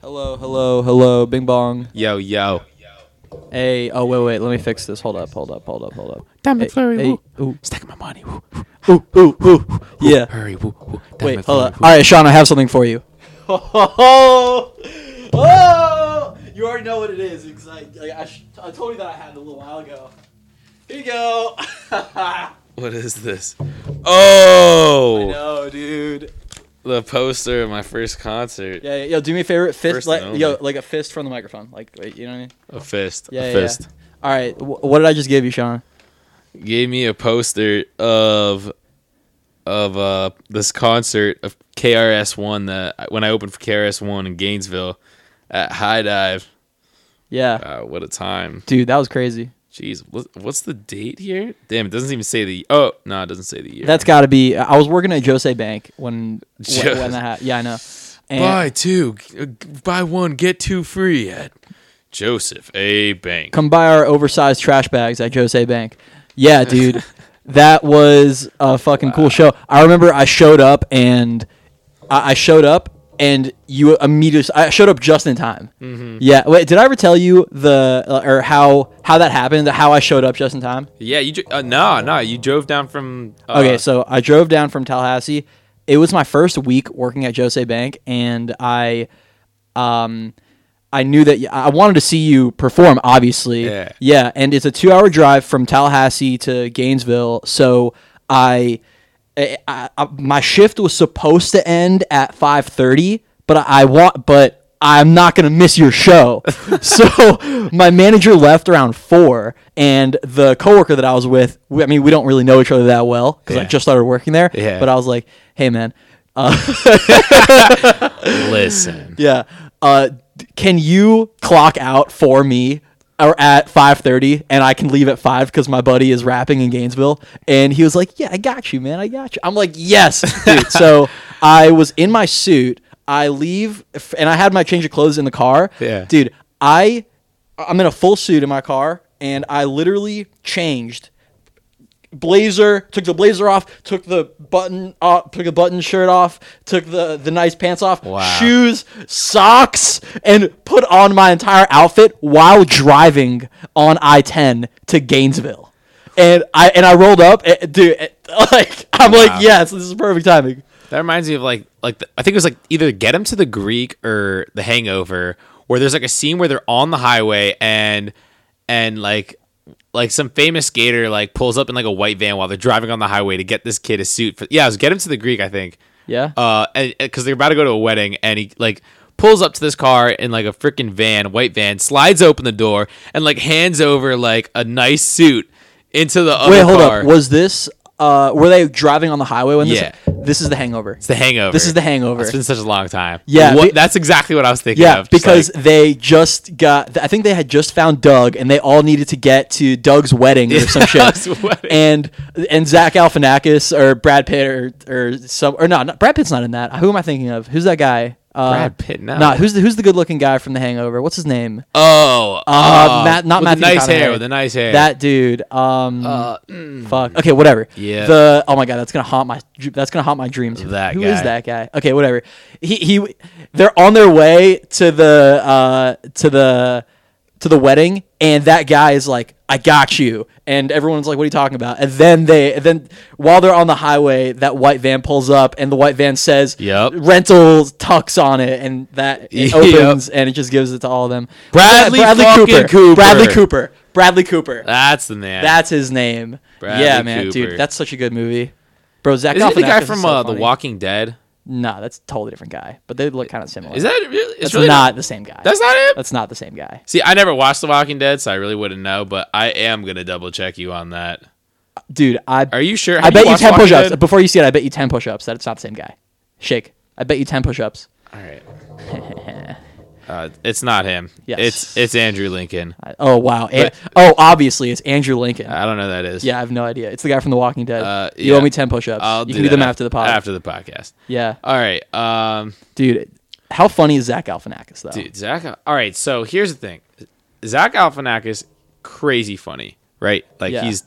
Hello, hello, hello, bing bong. Yo, yo. Hey, oh wait, wait, let me fix this. Hold up, hold up, hold up, hold up. Diamond Hey, flurry, hey, woo. ooh. Stacking my money. Woo, woo, Ooh, ooh, ooh. Yeah. Hurry, woo, woo. Wait, hold Diamond flurry, up. woo. All right, Sean, I have something for you. Oh, oh! You already know what it is because I, I, I, sh- I told you that I had it a little while ago. Here you go. I What is this? Oh, know, dude. the poster of my first concert. Yeah, yeah, yo, do me a favor. Fist, First like, and yo, only. like a fist from the microphone. Like, wait, you know what I mean? A fist. Yeah, a yeah, fist. All right, wh- what did I just give you, Sean? Gave me a poster of of uh this concert of KRS One that when I opened for KRS One in Gainesville at High Dive. Yeah, Uh, what a time. dude, that was crazy. Jeez, what, what's the date here? Damn, it doesn't even say the. Oh no, it doesn't say the year. That's got to be. I was working at Jose Bank when wh- Jose- when that happened. Yeah, I know. And buy two, uh, g- buy one get two free at Joseph A. Bank. Come buy our oversized trash bags at Jose Bank. Yeah, dude, that was a fucking cool show. I remember I showed up and I, I showed up and you immediately. I showed up just in time. Yeah. Wait, did I ever tell you the uh, or how how that happened? How I showed up just in time? Yeah, you. dr- Uh, no, no, you drove down from. Uh, Okay, so I drove down from Tallahassee. It was my first week working at Jose Bank, and I, um, I knew that y- I wanted to see you perform. Obviously, Yeah. yeah. And it's a two-hour drive from Tallahassee to Gainesville, so I, I, I I- my shift was supposed to end at five thirty, but I, I want, but I'm not gonna miss your show. so my manager left around four, and the coworker that I was with, we, I mean, we don't really know each other that well because I Yeah. just started working there. Yeah. But I was like, hey man, listen. yeah, uh, d- can you clock out for me? Or at five thirty, and I can leave at five because my buddy is rapping in Gainesville. And he was like, "Yeah, I got you, man. I got you." I'm like, "Yes, dude." so I was in my suit. I leave, f- and I had my change of clothes in the car. Yeah. dude. I I'm in a full suit in my car, and I literally changed blazer, took the blazer off, took the button off, took the button shirt off, took the the nice pants off, Wow. shoes, socks, and put on my entire outfit while driving on I-10 to Gainesville. And I and I rolled up, eh, dude. eh, Like I'm Wow. like, yes, this is perfect timing. That reminds me of like like the, I think it was like either Get Him to the Greek or The Hangover, where there's like a scene where they're on the highway and and like like some famous skater like pulls up in like a white van while they're driving on the highway to get this kid a suit for yeah it was Get Him to the Greek I think Yeah. uh and because they're about to go to a wedding and he like pulls up to this car in like a freaking van white van slides open the door and like hands over like a nice suit into the other Wait, hold car. up. Was this? Uh, were they driving on the highway when this? Yeah. This is the Hangover. It's the hangover. This is The Hangover. It's been such a long time. Yeah, What- be- that's exactly what I was thinking Yeah, of. just because like- they just got. I think they had just found Doug, and they all needed to get to Doug's wedding or some Doug's shit. wedding. And and Zach Galifianakis or Brad Pitt or or some or no, not, Brad Pitt's not in that. Who am I thinking of? Who's that guy? Uh, Brad Pitt, no. Nah, who's the who's the good looking guy from The Hangover? What's his name? oh, Uh, oh, Matt, not with Matthew the nice McConaughey. hair, with the nice hair. That dude. Um, fuck. Okay, whatever. Uh, mm. Yeah. The oh my god, that's gonna haunt my that's gonna haunt my dreams. That Who is guy. that guy? Okay, whatever. He he. They're on their way to the uh to the to the wedding, and that guy is like, "I got you," and everyone's like, "What are you talking about?" And then they and then while they're on the highway, that white van pulls up, and the white van says, Yep. rental tucks on it," and that it Yep. opens, and it just gives it to all of them. Bradley fucking Cooper. Cooper. Bradley Cooper. Bradley Cooper. that's the man. That's his name. Uh, Bradley yeah, man, Cooper. dude, that's such a good movie. Bro, Zach isn't it the Galifianakis guy is from so uh, The funny. Walking Dead? Nah, that's a totally different guy, but they look kind of similar. Is that really? It's that's really not the same guy. That's not him. That's not the same guy. See, I never watched The Walking Dead, so I really wouldn't know. But I am gonna double check you on that. Dude, I Are you sure? I Have bet you watched 10 Walking push-ups. Dead? Before you see it, I bet you 10 push-ups that it's not the same guy. Shake. I bet you 10 push-ups. All right. Uh, it's not him. Yes. It's it's Andrew Lincoln. I- oh, wow. An- But- oh, obviously, it's Andrew Lincoln. I don't know who that is. yeah, I have no idea. It's the guy from The Walking Dead. Uh, You yeah. owe me 10 push-ups. I'll you do can do that them af- after the pod. After the podcast. Yeah. All right. Um. Dude, how funny is Zach Galifianakis, though? Dude, Zach. All right, so here's the thing: Zach Galifianakis, crazy funny, right? Like Yeah. he's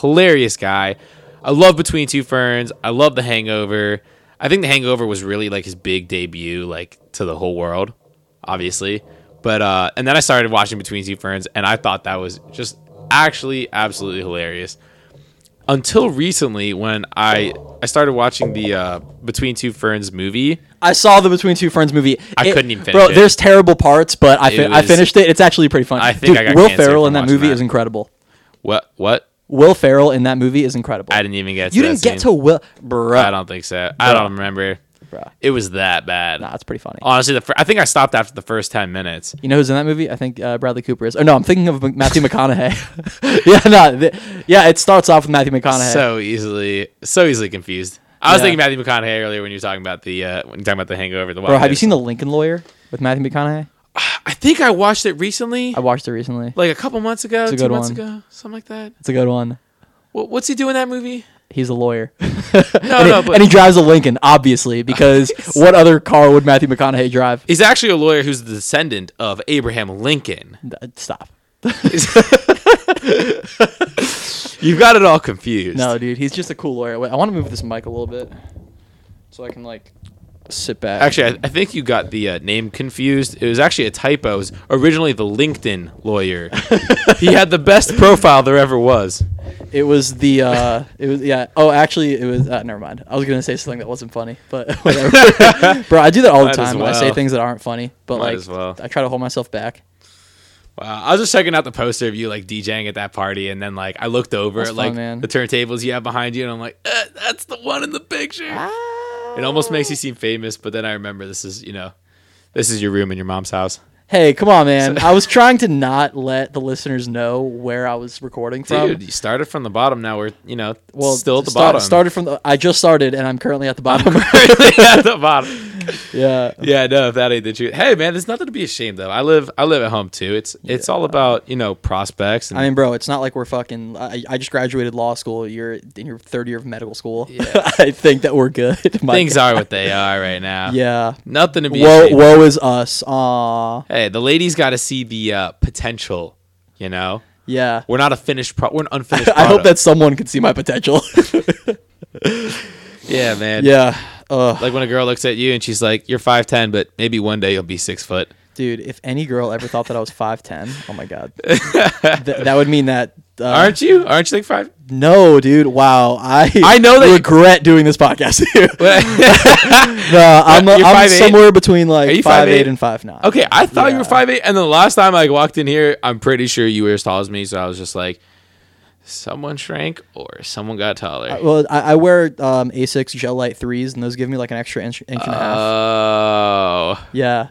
hilarious guy. I love Between Two Ferns. I love The Hangover. I think The Hangover was really like his big debut, like to the whole world. obviously. But uh, and then I started watching Between Two Ferns, and I thought that was just actually absolutely hilarious. Until recently, when I I started watching the uh, Between Two Ferns movie, I saw the Between Two Ferns movie. I couldn't even finish bro, it. there's terrible parts, but I fin- It I was- finished it. It's actually pretty funny. I think Dude, I got Will cancer Ferrell from in that watching movie that. is incredible. what what Will Ferrell in that movie is incredible. I didn't even get to you that didn't get scene. to Will, I bro. don't think so. I don't remember. Bruh. It was that bad. Nah, it's pretty funny. Honestly, the fir- I think I stopped after the first ten minutes. You know who's in that movie? I think uh, Bradley Cooper is. Oh no, I'm thinking of M- Matthew McConaughey. yeah, no, th- yeah. It starts off with Matthew McConaughey. So easily, so easily confused. I was Yeah. thinking Matthew McConaughey earlier when you were talking about the uh, when you were talking about the Hangover. The bro, have you seen the Lincoln Lawyer with Matthew McConaughey? I think I watched it recently, I watched it recently. like a couple months ago, a two good months one. ago, something like that. It's a good one. What, what's he doing in that movie? He's a lawyer. No, and, no, he, but and he drives a Lincoln, obviously, because what other car would Matthew McConaughey drive? he's actually a lawyer who's the descendant of Abraham Lincoln. Uh, Stop. You've got it all confused. No, dude, he's just a cool lawyer. Wait, I want to move this mic a little bit so I can like sit back. Actually, I, I think you got the uh, name confused. It was actually a typo. It was originally the LinkedIn lawyer. he had the best profile there ever was. it was the uh, it was yeah. Oh, actually, it was. Uh, never mind. I was gonna say something that wasn't funny, but whatever. Bro, I do that all the Might as time. when I say well. things that aren't funny, but Might like as well. I try to hold myself back. Wow. I was just checking out the poster of you like DJing at that party, and then like I looked over That's at fun, like man. the turntables you have behind you, and I'm like, eh, that's the one in the picture. Ah. It almost makes you seem famous, but then I remember this is you know, this is your room in your mom's house. Hey, come on, man! I was trying to not let the listeners know where I was recording from. Dude, you started from the bottom. Now we're you know well, still at the start- bottom. Started from the. I just started, and I'm currently at the bottom. at the bottom. yeah. Yeah, no, if that ain't the truth. Hey, man, there's nothing to be ashamed of. I live, I live at home too. It's, it's all about you know prospects. And I mean, bro, it's not like we're fucking. I, I just graduated law school. You're in your third year of medical school. I think that we're good. My things God. are what they are right now. Yeah. nothing to be. Woe, ashamed of. woe is us. Aw. Hey, the ladies got to see the uh, potential. You know, Yeah. we're not a finished. Pro- we're an unfinished. I hope product. that someone can see my potential. Yeah, man. yeah. Ugh. Like when a girl looks at you and she's like, "You're five ten, but maybe one day you'll be six foot." Dude, if any girl ever thought that I was 5'10, oh my God. Th- that would mean that. Uh, Aren't you? Aren't you like five? no, dude. Wow. I I know that you- regret doing this podcast to you. no, I'm, You're I'm 5'8"? somewhere between like Are you 5'8 5'8"? and 5'9. Okay, I thought you Yeah. were five eight, and the last time I walked in here, I'm pretty sure you were as tall as me. So I was just like, someone shrank or someone got taller. Uh, Well, I, I wear um, Asics Gel Light 3s, and those give me like an extra inch, inch and a half. Uh, oh, Yeah.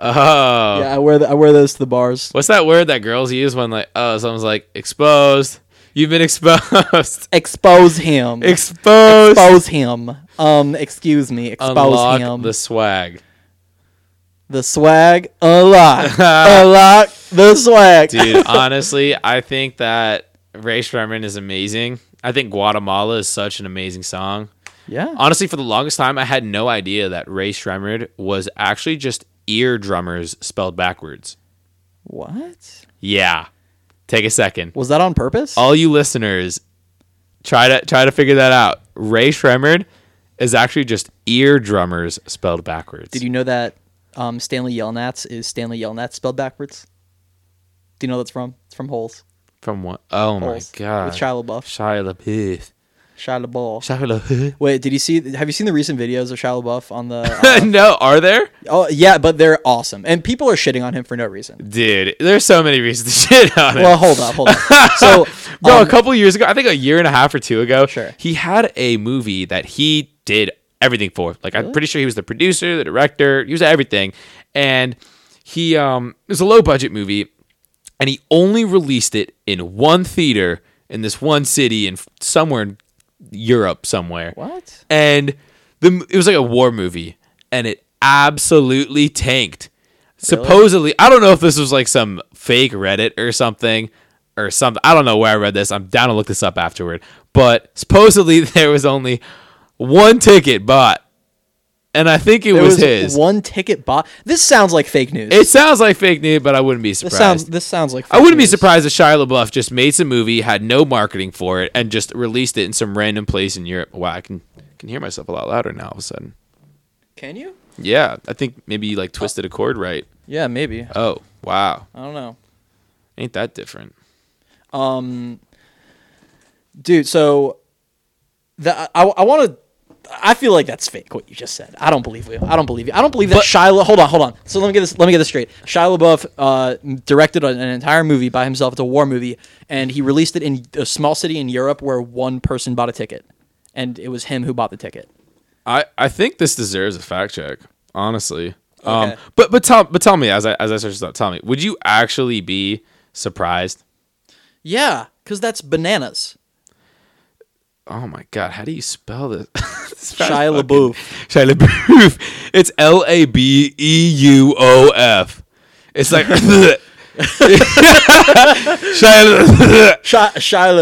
oh. Yeah, I wear, the, I wear those to the bars. What's that word that girls use when like, oh, someone's like exposed? You've been exposed. Expose him. exposed. expose him. Um, excuse me, expose Unlock him. the The, swag, swag, unlock, unlock the swag. dude. honestly, I think that Ray Sherman is amazing. I think Guatemala is such an amazing song. yeah, Honestly, for the longest time, I had no idea that Ray Shremmerd was actually just ear drummers spelled backwards. what Yeah, take a second. was that on purpose? All you listeners, try to try to figure that out. Ray Shremmerd is actually just ear drummers spelled backwards. Did you know that um, Stanley Yelnats is Stanley Yelnats spelled backwards? Do you know what that's from? It's from Holes. From what? Oh Holes my god. With Shia LaBeouf. Shia LaBeouf. Shia LaBeouf. Shia LaBeouf. Wait, did you see? Have you seen the recent videos of Shia LaBeouf on the? uh, no, are there? oh yeah, but they're awesome, and people are shitting on him for no reason. Dude, there's so many reasons to shit on it. Well, hold up, hold up. So, Bro, um, a couple years ago, I think a year and a half or two ago, Sure. he had a movie that he did everything for. Like I'm pretty sure he was the producer, the director, he was everything. And he um it was a low budget movie and he only released it in one theater in this one city in f- somewhere in Europe somewhere. what? And the m- it was like a war movie and it absolutely tanked. Supposedly, I don't know if this was like some fake Reddit or something or something. I don't know where I read this. I'm down to look this up afterward. But supposedly there was only one ticket bought. And I think it There was, was his. one ticket bot. This sounds like fake news. it sounds like fake news, but I wouldn't be surprised. This sounds. This sounds like. I wouldn't be surprised if Shia LaBeouf just made some movie, had no marketing for it, and just released it in some random place in Europe. Wow, I can can hear myself a lot louder now all of a sudden. Can you? Yeah, I think maybe you like twisted a chord right. Yeah, maybe. Oh, wow. I don't know. Ain't that different? Um, dude, so the I, I want to. I feel like that's fake. What you just said. I don't believe you. I don't believe you. I don't believe that Shia. Hold on, hold on. So let me get this. Let me get this straight. Shia LaBeouf uh, directed an entire movie by himself. It's a war movie, and he released it in a small city in Europe where one person bought a ticket, and it was him who bought the ticket. I, I think this deserves a fact check, honestly. Um, Okay. but but tell but tell me as I as I search this up, tell me, would you actually be surprised? Yeah, because that's bananas. Oh my god, how do you spell this? This Shia fucking- LaBeouf. Shia LaBeouf. It's L A B E U O F. It's like Shia. La- Shia, Shia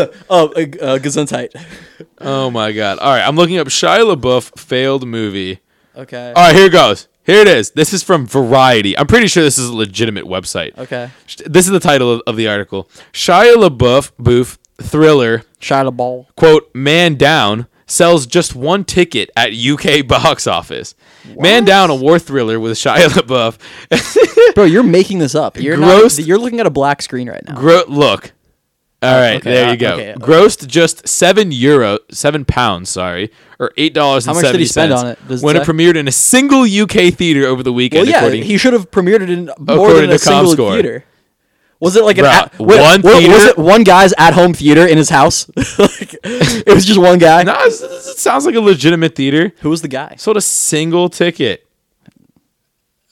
La- oh, uh, uh, Gesundheit. oh my god. All right, I'm looking up Shia LaBeouf failed movie. Okay. All right, here goes. Here it is. This is from Variety. I'm pretty sure this is a legitimate website. Okay. Sh- This is the title of, of the article. Shia LaBeouf booth thriller Shia LaBeouf. quote man down sells just one ticket at UK box office. Man down a war thriller with Shia LaBeouf. Bro, you're making this up. You're Gross. Not, you're looking at a black screen right now. Gro- look. All right, okay, there uh, you go. okay, uh, Grossed just seven euro, seven pounds, sorry, or eight dollars. How much did he spend on it? Does it when it say? premiered in a single UK theater over the weekend. Well, yeah, according- he should have premiered it in more According than a to single Comscore. theater. Was it like an Bro, at, one wa- Was theater? it one guy's at-home theater in his house? Like, it was just one guy. no, it's- it's- it sounds like a legitimate theater. Who was the guy? sold a single ticket.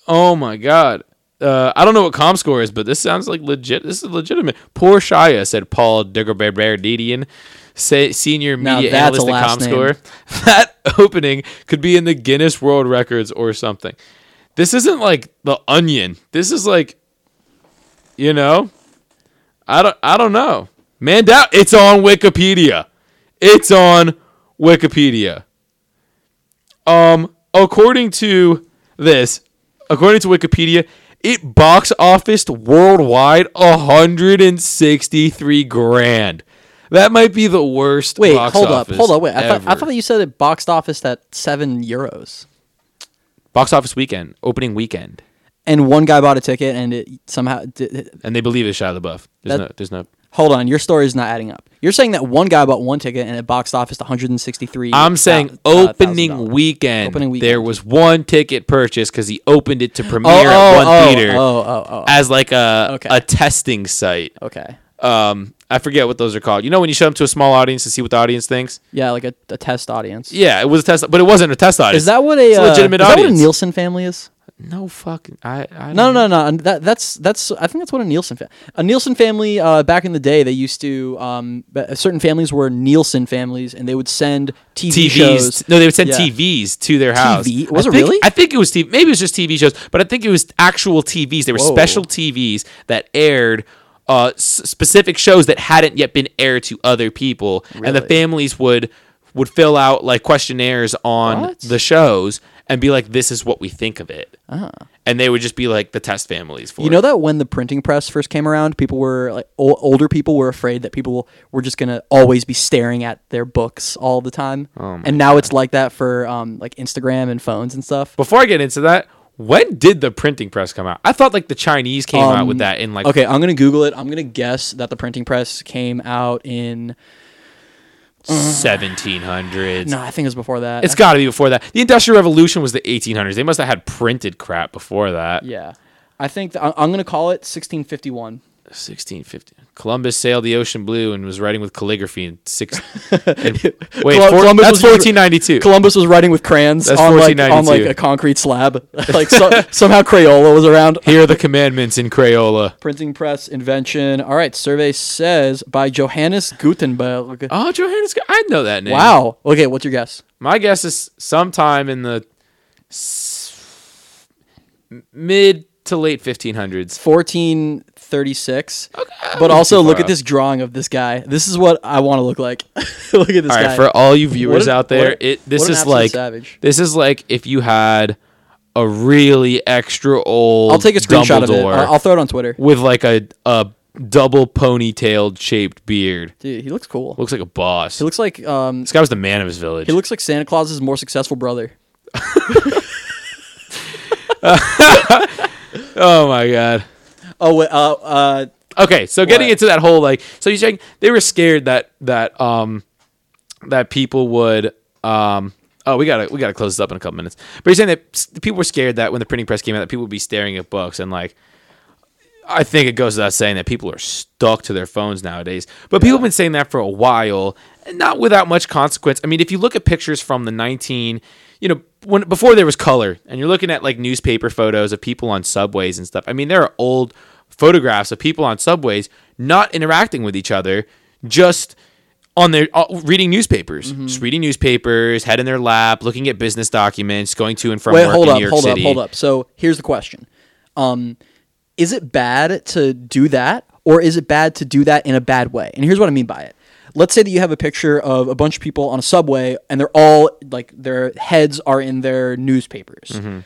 Oh my god. Uh, I don't know what ComScore is, but this sounds like legit. This is legitimate. Poor Shia said Paul Degraberdidian, se- senior Now media that's analyst a at last name. ComScore. That opening could be in the Guinness World Records or something. This isn't like the Onion. This is like, you know, I don't, I don't know. Man, down. It's on Wikipedia. It's on Wikipedia. Um, according to this, according to Wikipedia, it box officed worldwide 163 grand. That might be the worst. Wait, box hold up, office hold up. Wait, I thought, I ever. thought that you said it boxed office at seven euros, box office weekend, opening weekend, and one guy bought a ticket, and it somehow. Did, and they believe it's Shia LaBeouf. There's That- no, there's no. hold on, your story's not adding up. You're saying that one guy bought one ticket, and it boxed office 163. I'm saying uh, opening weekend, Opening weekend. There was one ticket purchased because he opened it to premiere Oh, at one oh, theater oh, oh, as like a Okay. a testing site. oh. Okay. um I forget what those are called. You know when you show them to a small audience to see what the audience thinks? Yeah, like a, a test audience. Yeah, it was a test, but it wasn't a test audience. Is that what a, It's a uh, legitimate is that what audience. a Nielsen family is? no fucking I I don't No, no, no, no. That, that's that's. I think that's what a Nielsen family. A Nielsen family. Uh, back in the day, they used to. Um, but certain families were Nielsen families, and they would send TV TVs. shows. No, they would send Yeah. TVs to their house. TV? Was I it think- really? I think it was TV. Maybe it was just TV shows, but I think it was actual TVs. They were Whoa. special TVs that aired uh, s- specific shows that hadn't yet been aired to other people, and the Really? families would would fill out like questionnaires on What? the shows and be like, "This is what we think of it," and they would just be like the test families for You it. know that when the printing press first came around, people were like o- older people were afraid that people were just gonna always be staring at their books all the time. Oh and now it's like that for um, like Instagram and phones and stuff. Before I get into that, when did the printing press come out? I thought like the Chinese came out with Um, that in like Um, Okay, I'm gonna Google it. I'm gonna guess that the printing press came out in. 1700s. No, I think it was before that. It's got to be before that. The Industrial Revolution was the 1800s. They must have had printed crap before that. Yeah. I think th- I- I'm going to call it 1651. 1650. Columbus sailed the ocean blue and was writing with calligraphy in six. in- wait, Colum- four, Columbus that's was- 1492. Columbus was writing with crayons That's on like, on 1492. like a concrete slab. like so, somehow Crayola was around. Here are the commandments in Crayola. Printing press invention. All right, survey says by Johannes Gutenberg. Oh, Johannes, I know that name. wow. Okay, what's your guess? My guess is sometime in the s- mid to late 1500s. 1436. but also too far look at off. this drawing of this guy. This is what I want to look like. look at this All guy. right, for all you viewers an- out there, what a- it what this an is absolute like savage. this is like if you had a really extra old I'll take a screenshot of it. Dumbledore I'll I'll throw it on Twitter. with like a a double ponytailed shaped beard. Dude, he looks cool. Looks like a boss. He looks like um this guy was the man of his village. He looks like Santa Claus's more successful brother. Oh my god. Oh, wait, uh, uh, Okay, so getting What? into that whole like, so you're saying they were scared that that um that people would um oh we gotta we gotta close this up in a couple minutes. But you're saying that s- people were scared that when the printing press came out, that people would be staring at books and like. I think it goes without saying that people are stuck to their phones nowadays. But people have been saying that for a while, and not without much consequence. I mean, if you look at pictures from the 19, you know, when before there was color, and you're looking at like newspaper photos of people on subways and stuff. I mean, there are old photographs of people on subways not interacting with each other, just on their uh, reading newspapers, Mm-hmm. just reading newspapers, head in their lap, looking at business documents, going to and from wait, work hold in up, New York hold City. up, hold up. So here's the question: um, Is it bad to do that, or is it bad to do that in a bad way? And here's what I mean by it. Let's say that you have a picture of a bunch of people on a subway, and they're all like their heads are in their newspapers, Mm-hmm.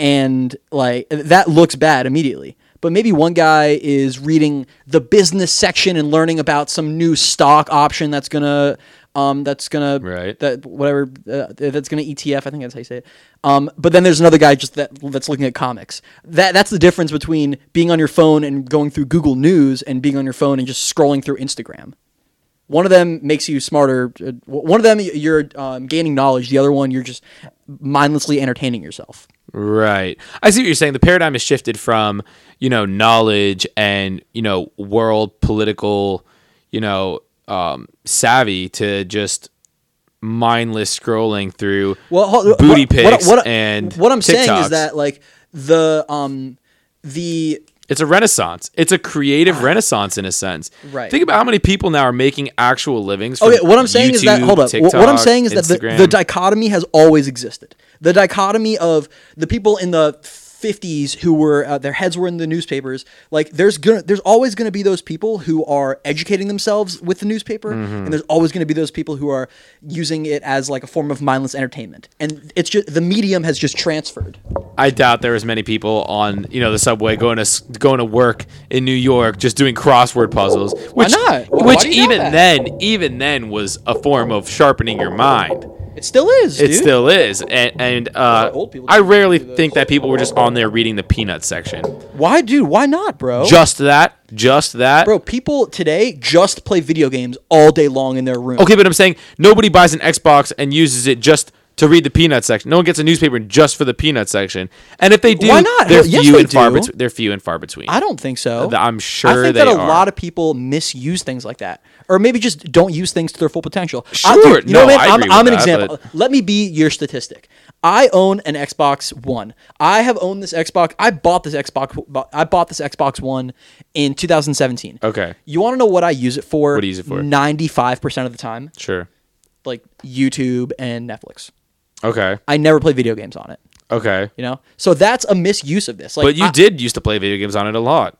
and like that looks bad immediately. But maybe one guy is reading the business section and learning about some new stock option that's gonna, um, that's gonna Right. that whatever uh, that's going to ETF. I think that's how you say it. Um, but then there's another guy just that that's looking at comics. That that's the difference between being on your phone and going through Google News and being on your phone and just scrolling through Instagram. One of them makes you smarter. uh, One of them you're um, gaining knowledge. The other one you're just mindlessly entertaining yourself. Right. I see what you're saying. The paradigm has shifted from, you know, knowledge and, you know, world political, you know, um, savvy to just mindless scrolling through well, hold- what, booty what- pics what- and what I'm saying TikToks. is that like the um the It's a renaissance. It's a creative renaissance in a sense. Right. Think about how many people now are making actual livings. From Okay, oh, what I'm saying is that YouTube, hold up. Wh- what I'm TikTok, saying is that the, Instagram. the dichotomy has always existed. The dichotomy of the people in the 50s who were uh, their heads were in the newspapers. Like there's gonna there's always gonna be those people who are educating themselves with the newspaper, Mm-hmm. and there's always gonna be those people who are using it as like a form of mindless entertainment. And it's just the medium has just transferred. I doubt there was many people on you know the subway going to s- going to work in New York just doing crossword puzzles. Which, not? Why Which do you doubt even that? then, even then was a form of sharpening your mind. It still is. It dude. still is, and, and uh, old people I do rarely those. think that people were just on there reading the peanut section. why, dude? Why not, bro? Just that, just that. bro, people today just play video games all day long in their room. Okay, but I'm saying nobody buys an Xbox and uses it just to read the peanut section. No one gets a newspaper just for the peanut section. And if they do, Why not? They're Hell, yes, few they and far do. between. They're few and far between. I don't think so. Th- I'm sure I think they that a are. lot of people misuse things like that, or maybe just don't use things to their full potential. I- Sure. you No, know, man, I I'm, agree with I'm an that, example. Let me be your statistic. I own an Xbox One. I have owned this Xbox. I bought this Xbox. I bought this Xbox One in 2017. Okay. You want to know what I use it for? What do you use it for? 95 percent of the time, Sure. like YouTube and Netflix. Okay. I never play video games on it. Okay. You know, so that's a misuse of this. Like, But you I- did used to play video games on it a lot.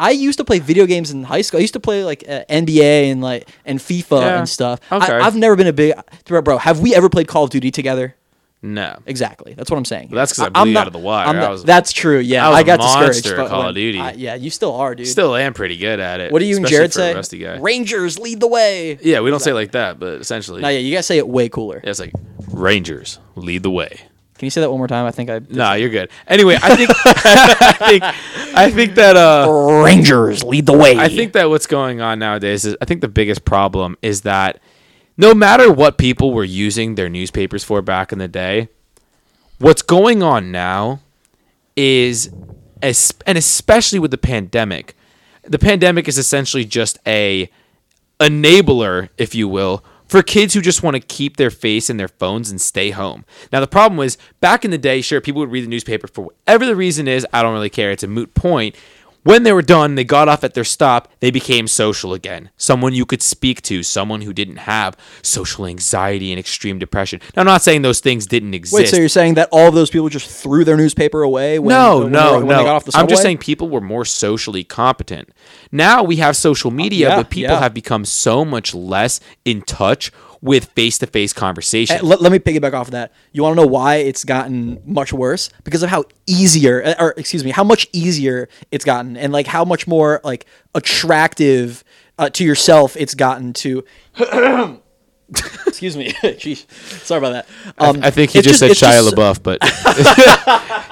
I used to play video games in high school. I used to play like uh, NBA and like and FIFA Yeah. and stuff. Okay. I, I've never been a big bro, bro. Have we ever played Call of Duty together? No. Exactly. That's what I'm saying. that's 'cause I I'm blew you not- out of the water. I'm I not- was- that's true. Yeah, I I, was a got discouraged. monster at but Call of when- Duty. I- yeah, you still are, dude. Still am pretty good at it. what do you and especially Jared for a say? Rusty guy. Rangers lead the way. Yeah, we don't say it like that, but essentially, No, yeah, you guys say it way cooler. it's like Rangers lead the way. Can you say that one more time? I think I. Nah, you're good. Anyway, I think I think I think that uh Rangers lead the way. I think that what's going on nowadays is I think the biggest problem is that no matter what people were using their newspapers for back in the day, what's going on now is es- and especially with the pandemic. The pandemic is essentially just a enabler, if you will, for kids who just want to keep their face in their phones and stay home. Now, the problem was back in the day, sure, people would read the newspaper for whatever the reason is. I don't really care. It's a moot point. When they were done, they got off at their stop, they became social again. Someone you could speak to, someone who didn't have social anxiety and extreme depression. Now, I'm not saying those things didn't exist. Wait, so you're saying that all of those people just threw their newspaper away? When, No, when they no, were- when no. They got off the I'm just subway? saying people were more socially competent. Now we have social media, Uh, yeah, but people yeah. have become so much less in touch with face-to-face conversation. Uh, Let, let me piggyback off of that. You want to know why it's gotten much worse? Because of how easier, uh, or excuse me, how much easier it's gotten, and like how much more like attractive uh, to yourself it's gotten to Excuse me. Jeez. Sorry about that. Um, I think he it's just, it's said Shia LaBeouf, but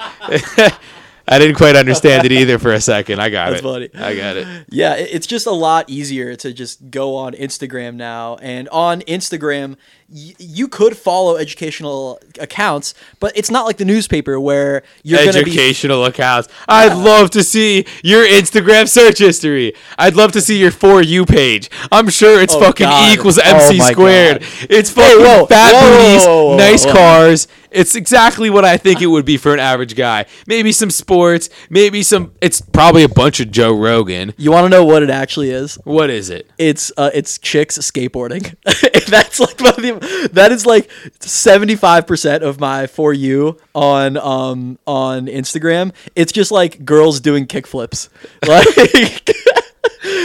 I didn't quite understand it either for a second. I got That's it. funny. I got it. Yeah, it- it's just a lot easier to just go on Instagram now. And on Instagram, y- you could follow educational accounts, but it's not like the newspaper where you're going to be. Educational accounts. I'd love to see your Instagram search history. I'd love to see your for you page. I'm sure it's Oh, fucking God. E equals Oh, MC my squared. God. It's fucking whoa. fat Whoa, booties, whoa, whoa, whoa, nice whoa. cars. It's exactly what I think it would be for an average guy. Maybe some sports. Maybe some. It's probably a bunch of Joe Rogan. You want to know what it actually is? What is it? It's uh, it's chicks skateboarding. That's like about the, that is like seventy five percent of my for you on um on Instagram. It's just like girls doing kickflips, like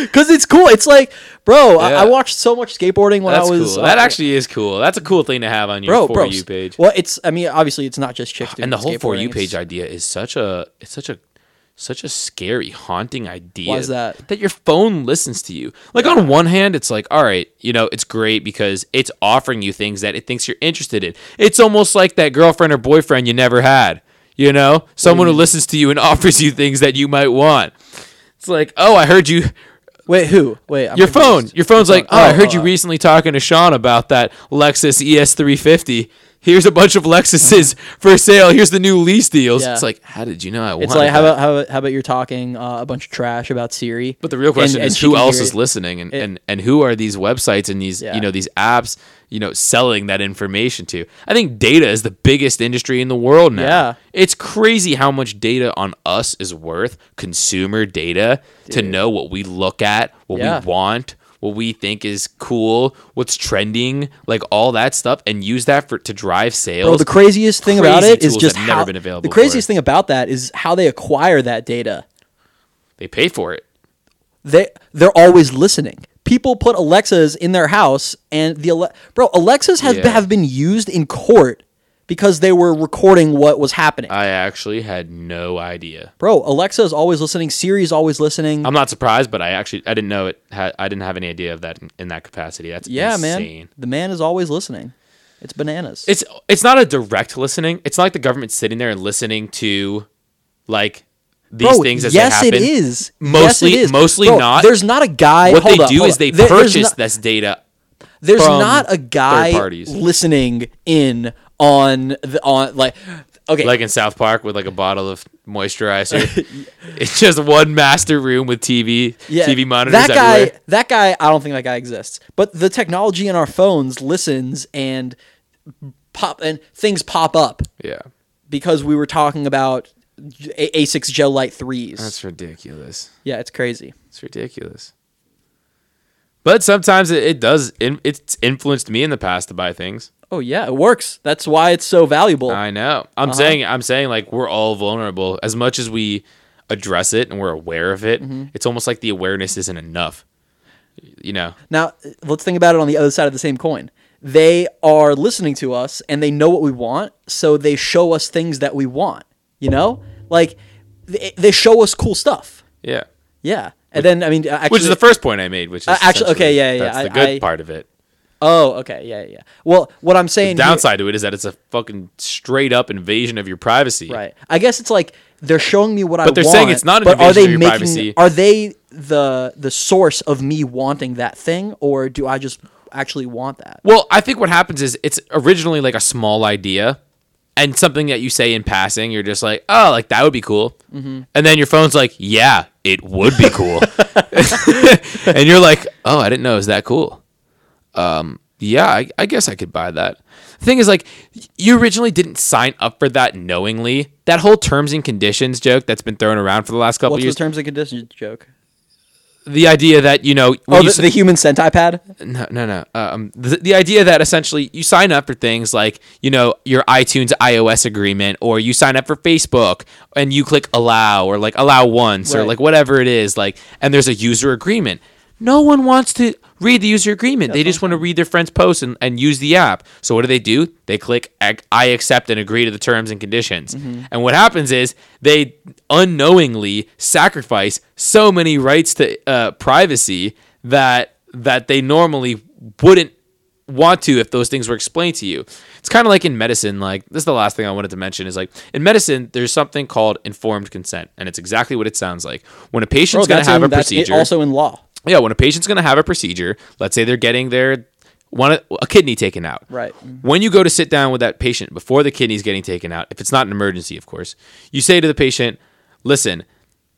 because it's cool. It's like, bro, I, Yeah. I watched so much skateboarding when That's I was cool. That uh, actually is cool. That's a cool thing to have on your bro, for bro. you page. Well, it's I mean obviously it's not just chicks doing and the whole for skateboarding, you it's- page idea is such a it's such a such a scary, haunting idea. Why is that? That your phone listens to you. Like on one hand, it's like, all right, you know, it's great because it's offering you things that it thinks you're interested in. It's almost like that girlfriend or boyfriend you never had. You know, someone who listens to you and offers you things that you might want. It's like, oh, I heard you Wait, who? Wait, I'm your phone. confused. Your phone's like, oh, phone. I heard Oh, you uh, recently talking to Sean about that Lexus E ES350. Here's a bunch of Lexuses for sale. Here's the new lease deals. Yeah. It's like, how did you know I wanted It's like how that? about, how about how about you're talking uh, a bunch of trash about Siri, But the real question is, who else is listening, and, it- and and who are these websites and these Yeah. you know these apps you know selling that information to? I think data is the biggest industry in the world now. Yeah. it's crazy how much data on us is worth. Consumer data to know what we look at, what Yeah. we want, what we think is cool, what's trending, like all that stuff, and use that for to drive sales. Bro, the craziest thing about Crazy it is tools just have never how, been available the for craziest it. thing about that is how they acquire that data. they pay for it. They they're always listening. People put Alexas in their house, and the Ale- bro Alexas has Yeah. have been used in court because they were recording what was happening. I actually had no idea. bro, Alexa is always listening. Siri's always listening. I'm not surprised, but I actually I didn't know it. Ha- I didn't have any idea of that in, in that capacity. That's yeah, insane. man, the man is always listening. It's bananas. It's it's not a direct listening. It's not like the government's sitting there and listening to like these Bro, things as yes, they happen. it is. Yes, Mostly- it is. mostly Bro, not. There's not a guy. What hold they up, do hold is up. they There- there's purchase not- this data. there's from not a third guy parties. listening in on the on like okay Like in South Park with like a bottle of moisturizer. it's just one master room with TV, TV monitors that guy everywhere. that guy i don't think that guy exists but the technology in our phones listens and pop and things pop up Yeah. because we were talking about a- asics gel light 3s That's ridiculous. yeah it's crazy It's ridiculous. But sometimes it, it does. in- It's influenced me in the past to buy things. oh yeah it works that's why it's so valuable I know. I'm uh-huh. saying. I'm saying like we're all vulnerable. As much as we address it and we're aware of it, Mm-hmm. it's almost like the awareness isn't enough. You know. Now, let's think about it on the other side of the same coin. They are listening to us and they know what we want, so they show us things that we want, you know? Like they, they show us cool stuff. Yeah. Yeah. And then I mean uh, actually Which is the first point I made. Which is Uh, actually- okay, essentially- yeah, yeah, That's I- the good I- part of it. Oh, okay. Yeah, yeah, yeah. Well, what I'm saying here- Downside to it is that it's a fucking straight up invasion of your privacy. Right. I guess it's like they're showing me what I want. But they're saying it's not an but are invasion they of your making, privacy. Are they the the source of me wanting that thing or do I just actually want that? Well, I think what happens is it's originally like a small idea and something that you say in passing. You're just like, oh, like that would be cool. Mm-hmm. And then your phone's like, yeah, it would be cool. and you're like, oh, I didn't know it was that cool. Um, yeah, I, I guess I could buy that. The thing is, like, you originally didn't sign up for that knowingly. That whole terms and conditions joke that's been thrown around for the last couple What's the years. terms and conditions joke? the idea that you know, Oh, when you the, s- the human centipad? no, no, no. Um, the, the idea that essentially you sign up for things like you know your iTunes iOS agreement, or you sign up for Facebook and you click allow or like allow once or Right. like whatever it is, like and there's a user agreement. No one wants to read the user agreement. they just want to read their friend's post and, and use the app. So what do they do? They click ac- I accept and agree to the terms and conditions. And what happens is they unknowingly sacrifice so many rights to uh, privacy that that they normally wouldn't want to if those things were explained to you. It's kind of like in medicine, like this is the last thing I wanted to mention is like in medicine, there's something called informed consent, and it's exactly what it sounds like. When a patient's going to have in, a that's it- procedure, also in law. yeah, when a patient's going to have a procedure, let's say they're getting their one a kidney taken out. Right. When you go to sit down with that patient before the kidney's getting taken out, if it's not an emergency, of course, you say to the patient, "Listen,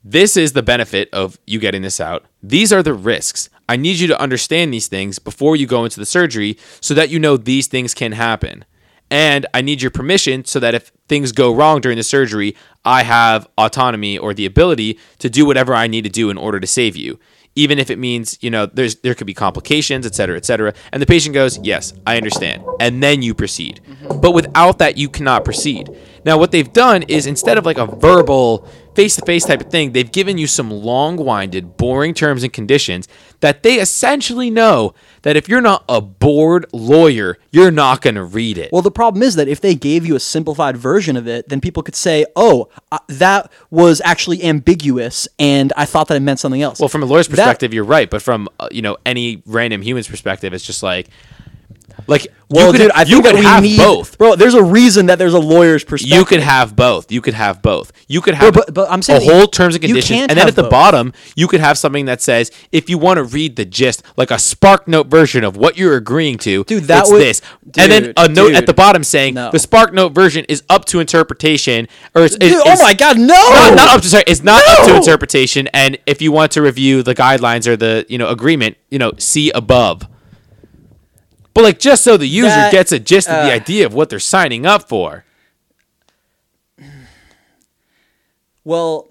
this is the benefit of you getting this out. These are the risks. I need you to understand these things before you go into the surgery so that you know these things can happen." And I need your permission so that if things go wrong during the surgery, I have autonomy or the ability to do whatever I need to do in order to save you, even if it means, you know, there's there could be complications, et cetera, et cetera. And the patient goes, Yes, I understand. And then you proceed. But without that, you cannot proceed. Now, what they've done is instead of like a verbal face to face type of thing, they've given you some long winded, boring terms and conditions that they essentially know that if you're not a bored lawyer, you're not going to read it. Well, the problem is that if they gave you a simplified version of it, then people could say, "Oh, uh, that was actually ambiguous, and I thought that it meant something else." Well, from a lawyer's That- perspective, you're right, but from uh, you know any random human's perspective, it's just like, like well, you could, dude, I you think could that we have need both. bro. There's a reason that there's a lawyer's perspective. You could have both. You could have both. You could have but- but I'm saying a that whole terms and you conditions, can't and then have at the both. bottom, you could have something that says if you want to read the gist, like a spark note version of what you're agreeing to. Dude, that it's would- this, and then dude, a note at dude. the bottom saying No. the spark note version is up to interpretation, or it's, Dude, is- oh is- my god, no! not, not up to sorry, it's not up to No! interpretation. And if you want to review the guidelines or the you know agreement, you know see above. But like just so the user That- gets a gist of the uh, idea of what they're signing up for. well,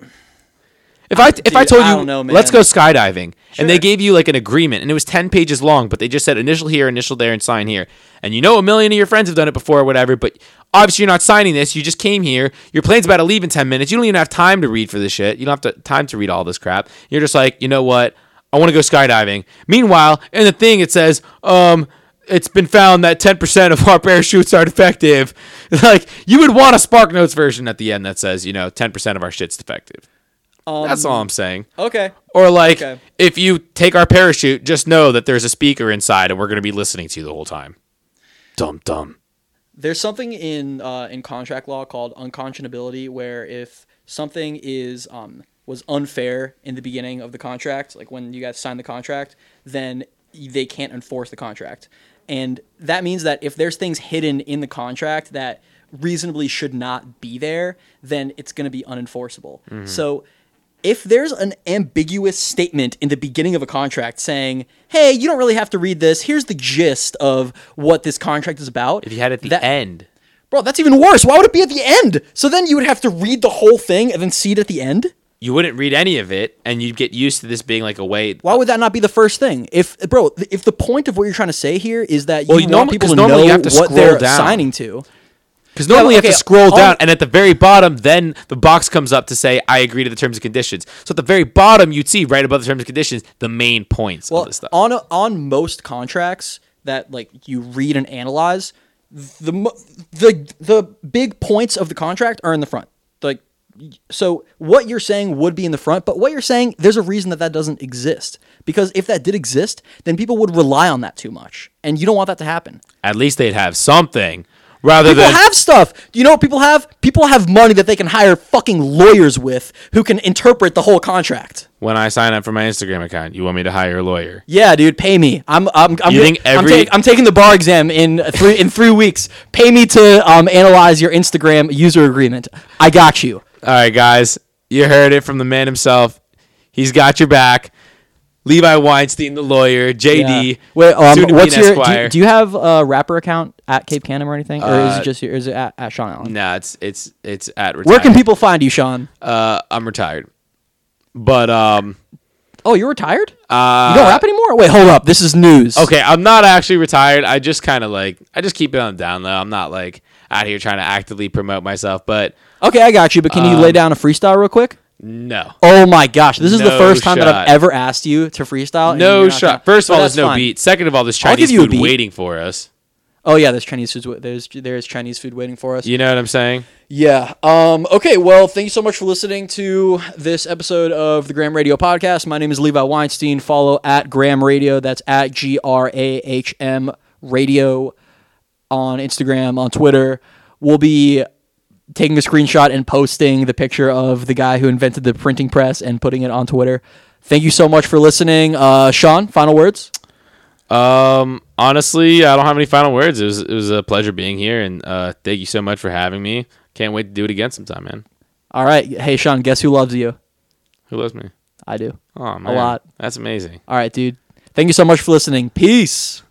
If I if I Dude, told I you don't know, man. let's go skydiving and they Sure. gave you like an agreement and it was ten pages long, but they just said initial here, initial there, and sign here. And you know a million of your friends have done it before or whatever, but obviously you're not signing this. You just came here. Your plane's about to leave in ten minutes. You don't even have time to read for this shit. You don't have to, time to read all this crap. You're just like, you know what? I want to go skydiving. Meanwhile, in the thing it says, um, it's been found that ten percent of our parachutes are defective. like you would want a Spark Notes version at the end that says, you know, ten percent of our shit's defective. That's all I'm saying. okay. Or like, Um, Okay. if you take our parachute, just know that there's a speaker inside, and we're going to be listening to you the whole time. Dum dum. There's something in uh, in contract law called unconscionability, where if something is um, was unfair in the beginning of the contract, like when you guys signed the contract, then they can't enforce the contract, and that means that if there's things hidden in the contract that reasonably should not be there, then it's going to be unenforceable. Mm-hmm. So if there's an ambiguous statement in the beginning of a contract saying, "Hey, you don't really have to read this. Here's the gist of what this contract is about." If you had it at the That- end, Bro, that's even worse. Why would it be at the end? So then you would have to read the whole thing and then see it at the end? you wouldn't read any of it, and you'd get used to this being like a way. Why would that not be the first thing? If bro, th- if the point of what you're trying to say here is that you, Well, you want norm- people 'cause to normally know you have to what scroll they're down. signing to, Because normally you okay, have to scroll all- down, and at the very bottom, then the box comes up to say, "I agree to the terms and conditions." So at the very bottom, you'd see right above the terms and conditions the main points well, of this stuff. on a, on most contracts that like you read and analyze, the mo- the the big points of the contract are in the front. Like y- so what you're saying would be in the front, but what you're saying there's a reason that that doesn't exist because if that did exist, then people would rely on that too much, and you don't want that to happen. at least they'd have something rather People than have stuff. You know what people have? People have money that they can hire fucking lawyers with who can interpret the whole contract. when I sign up for my Instagram account. You want me to hire a lawyer? Yeah, dude, pay me. I'm I'm I'm, You think I'm, every- take- I'm taking the bar exam in three in 3 weeks. Pay me to um, analyze your Instagram user agreement. I got you. All right, guys, you heard it from the man himself. He's got your back. Levi Weinstein, the lawyer, JD. Yeah. Wait, um, soon to be what's an your do Esquire. you, do you have a rapper account at Cape Cannon or anything or is it just your, is it at, at Sean Allen? Nah, it's it's it's at retired. Where can people find you, Sean? Uh, I'm retired, but um, Oh, you're retired? uh, you don't rap anymore? Wait, hold up. This is news. okay, I'm not actually retired. I just kind of like I just keep it on the down low. I'm not like out here trying to actively promote myself, but Okay, I got you, but can you Um, lay down a freestyle real quick? no, Oh my gosh, this is the No first time that I've shot. ever asked you to freestyle. and you're no not shot. gonna- First of but all, that's there's no fine. beat. Second of all, there's I'll give Chinese you a food beat. waiting for us. Oh yeah, there's Chinese food. There's there's Chinese food waiting for us. You know what I'm saying? Yeah. Um, okay. Well, thank you so much for listening to this episode of the Graham Radio Podcast. My name is Levi Weinstein. Follow at Graham Radio. That's at G R A H M radio on Instagram, on Twitter. We'll be taking a screenshot and posting the picture of the guy who invented the printing press and putting it on Twitter. Thank you so much for listening. Uh, Sean, final words? Um, honestly, I don't have any final words. It was it was a pleasure being here, and uh, thank you so much for having me. Can't wait to do it again sometime, man. All right. Hey, Sean, guess who loves you? Who loves me? I do. Oh man, lot. That's amazing. All right, dude. Thank you so much for listening. Peace.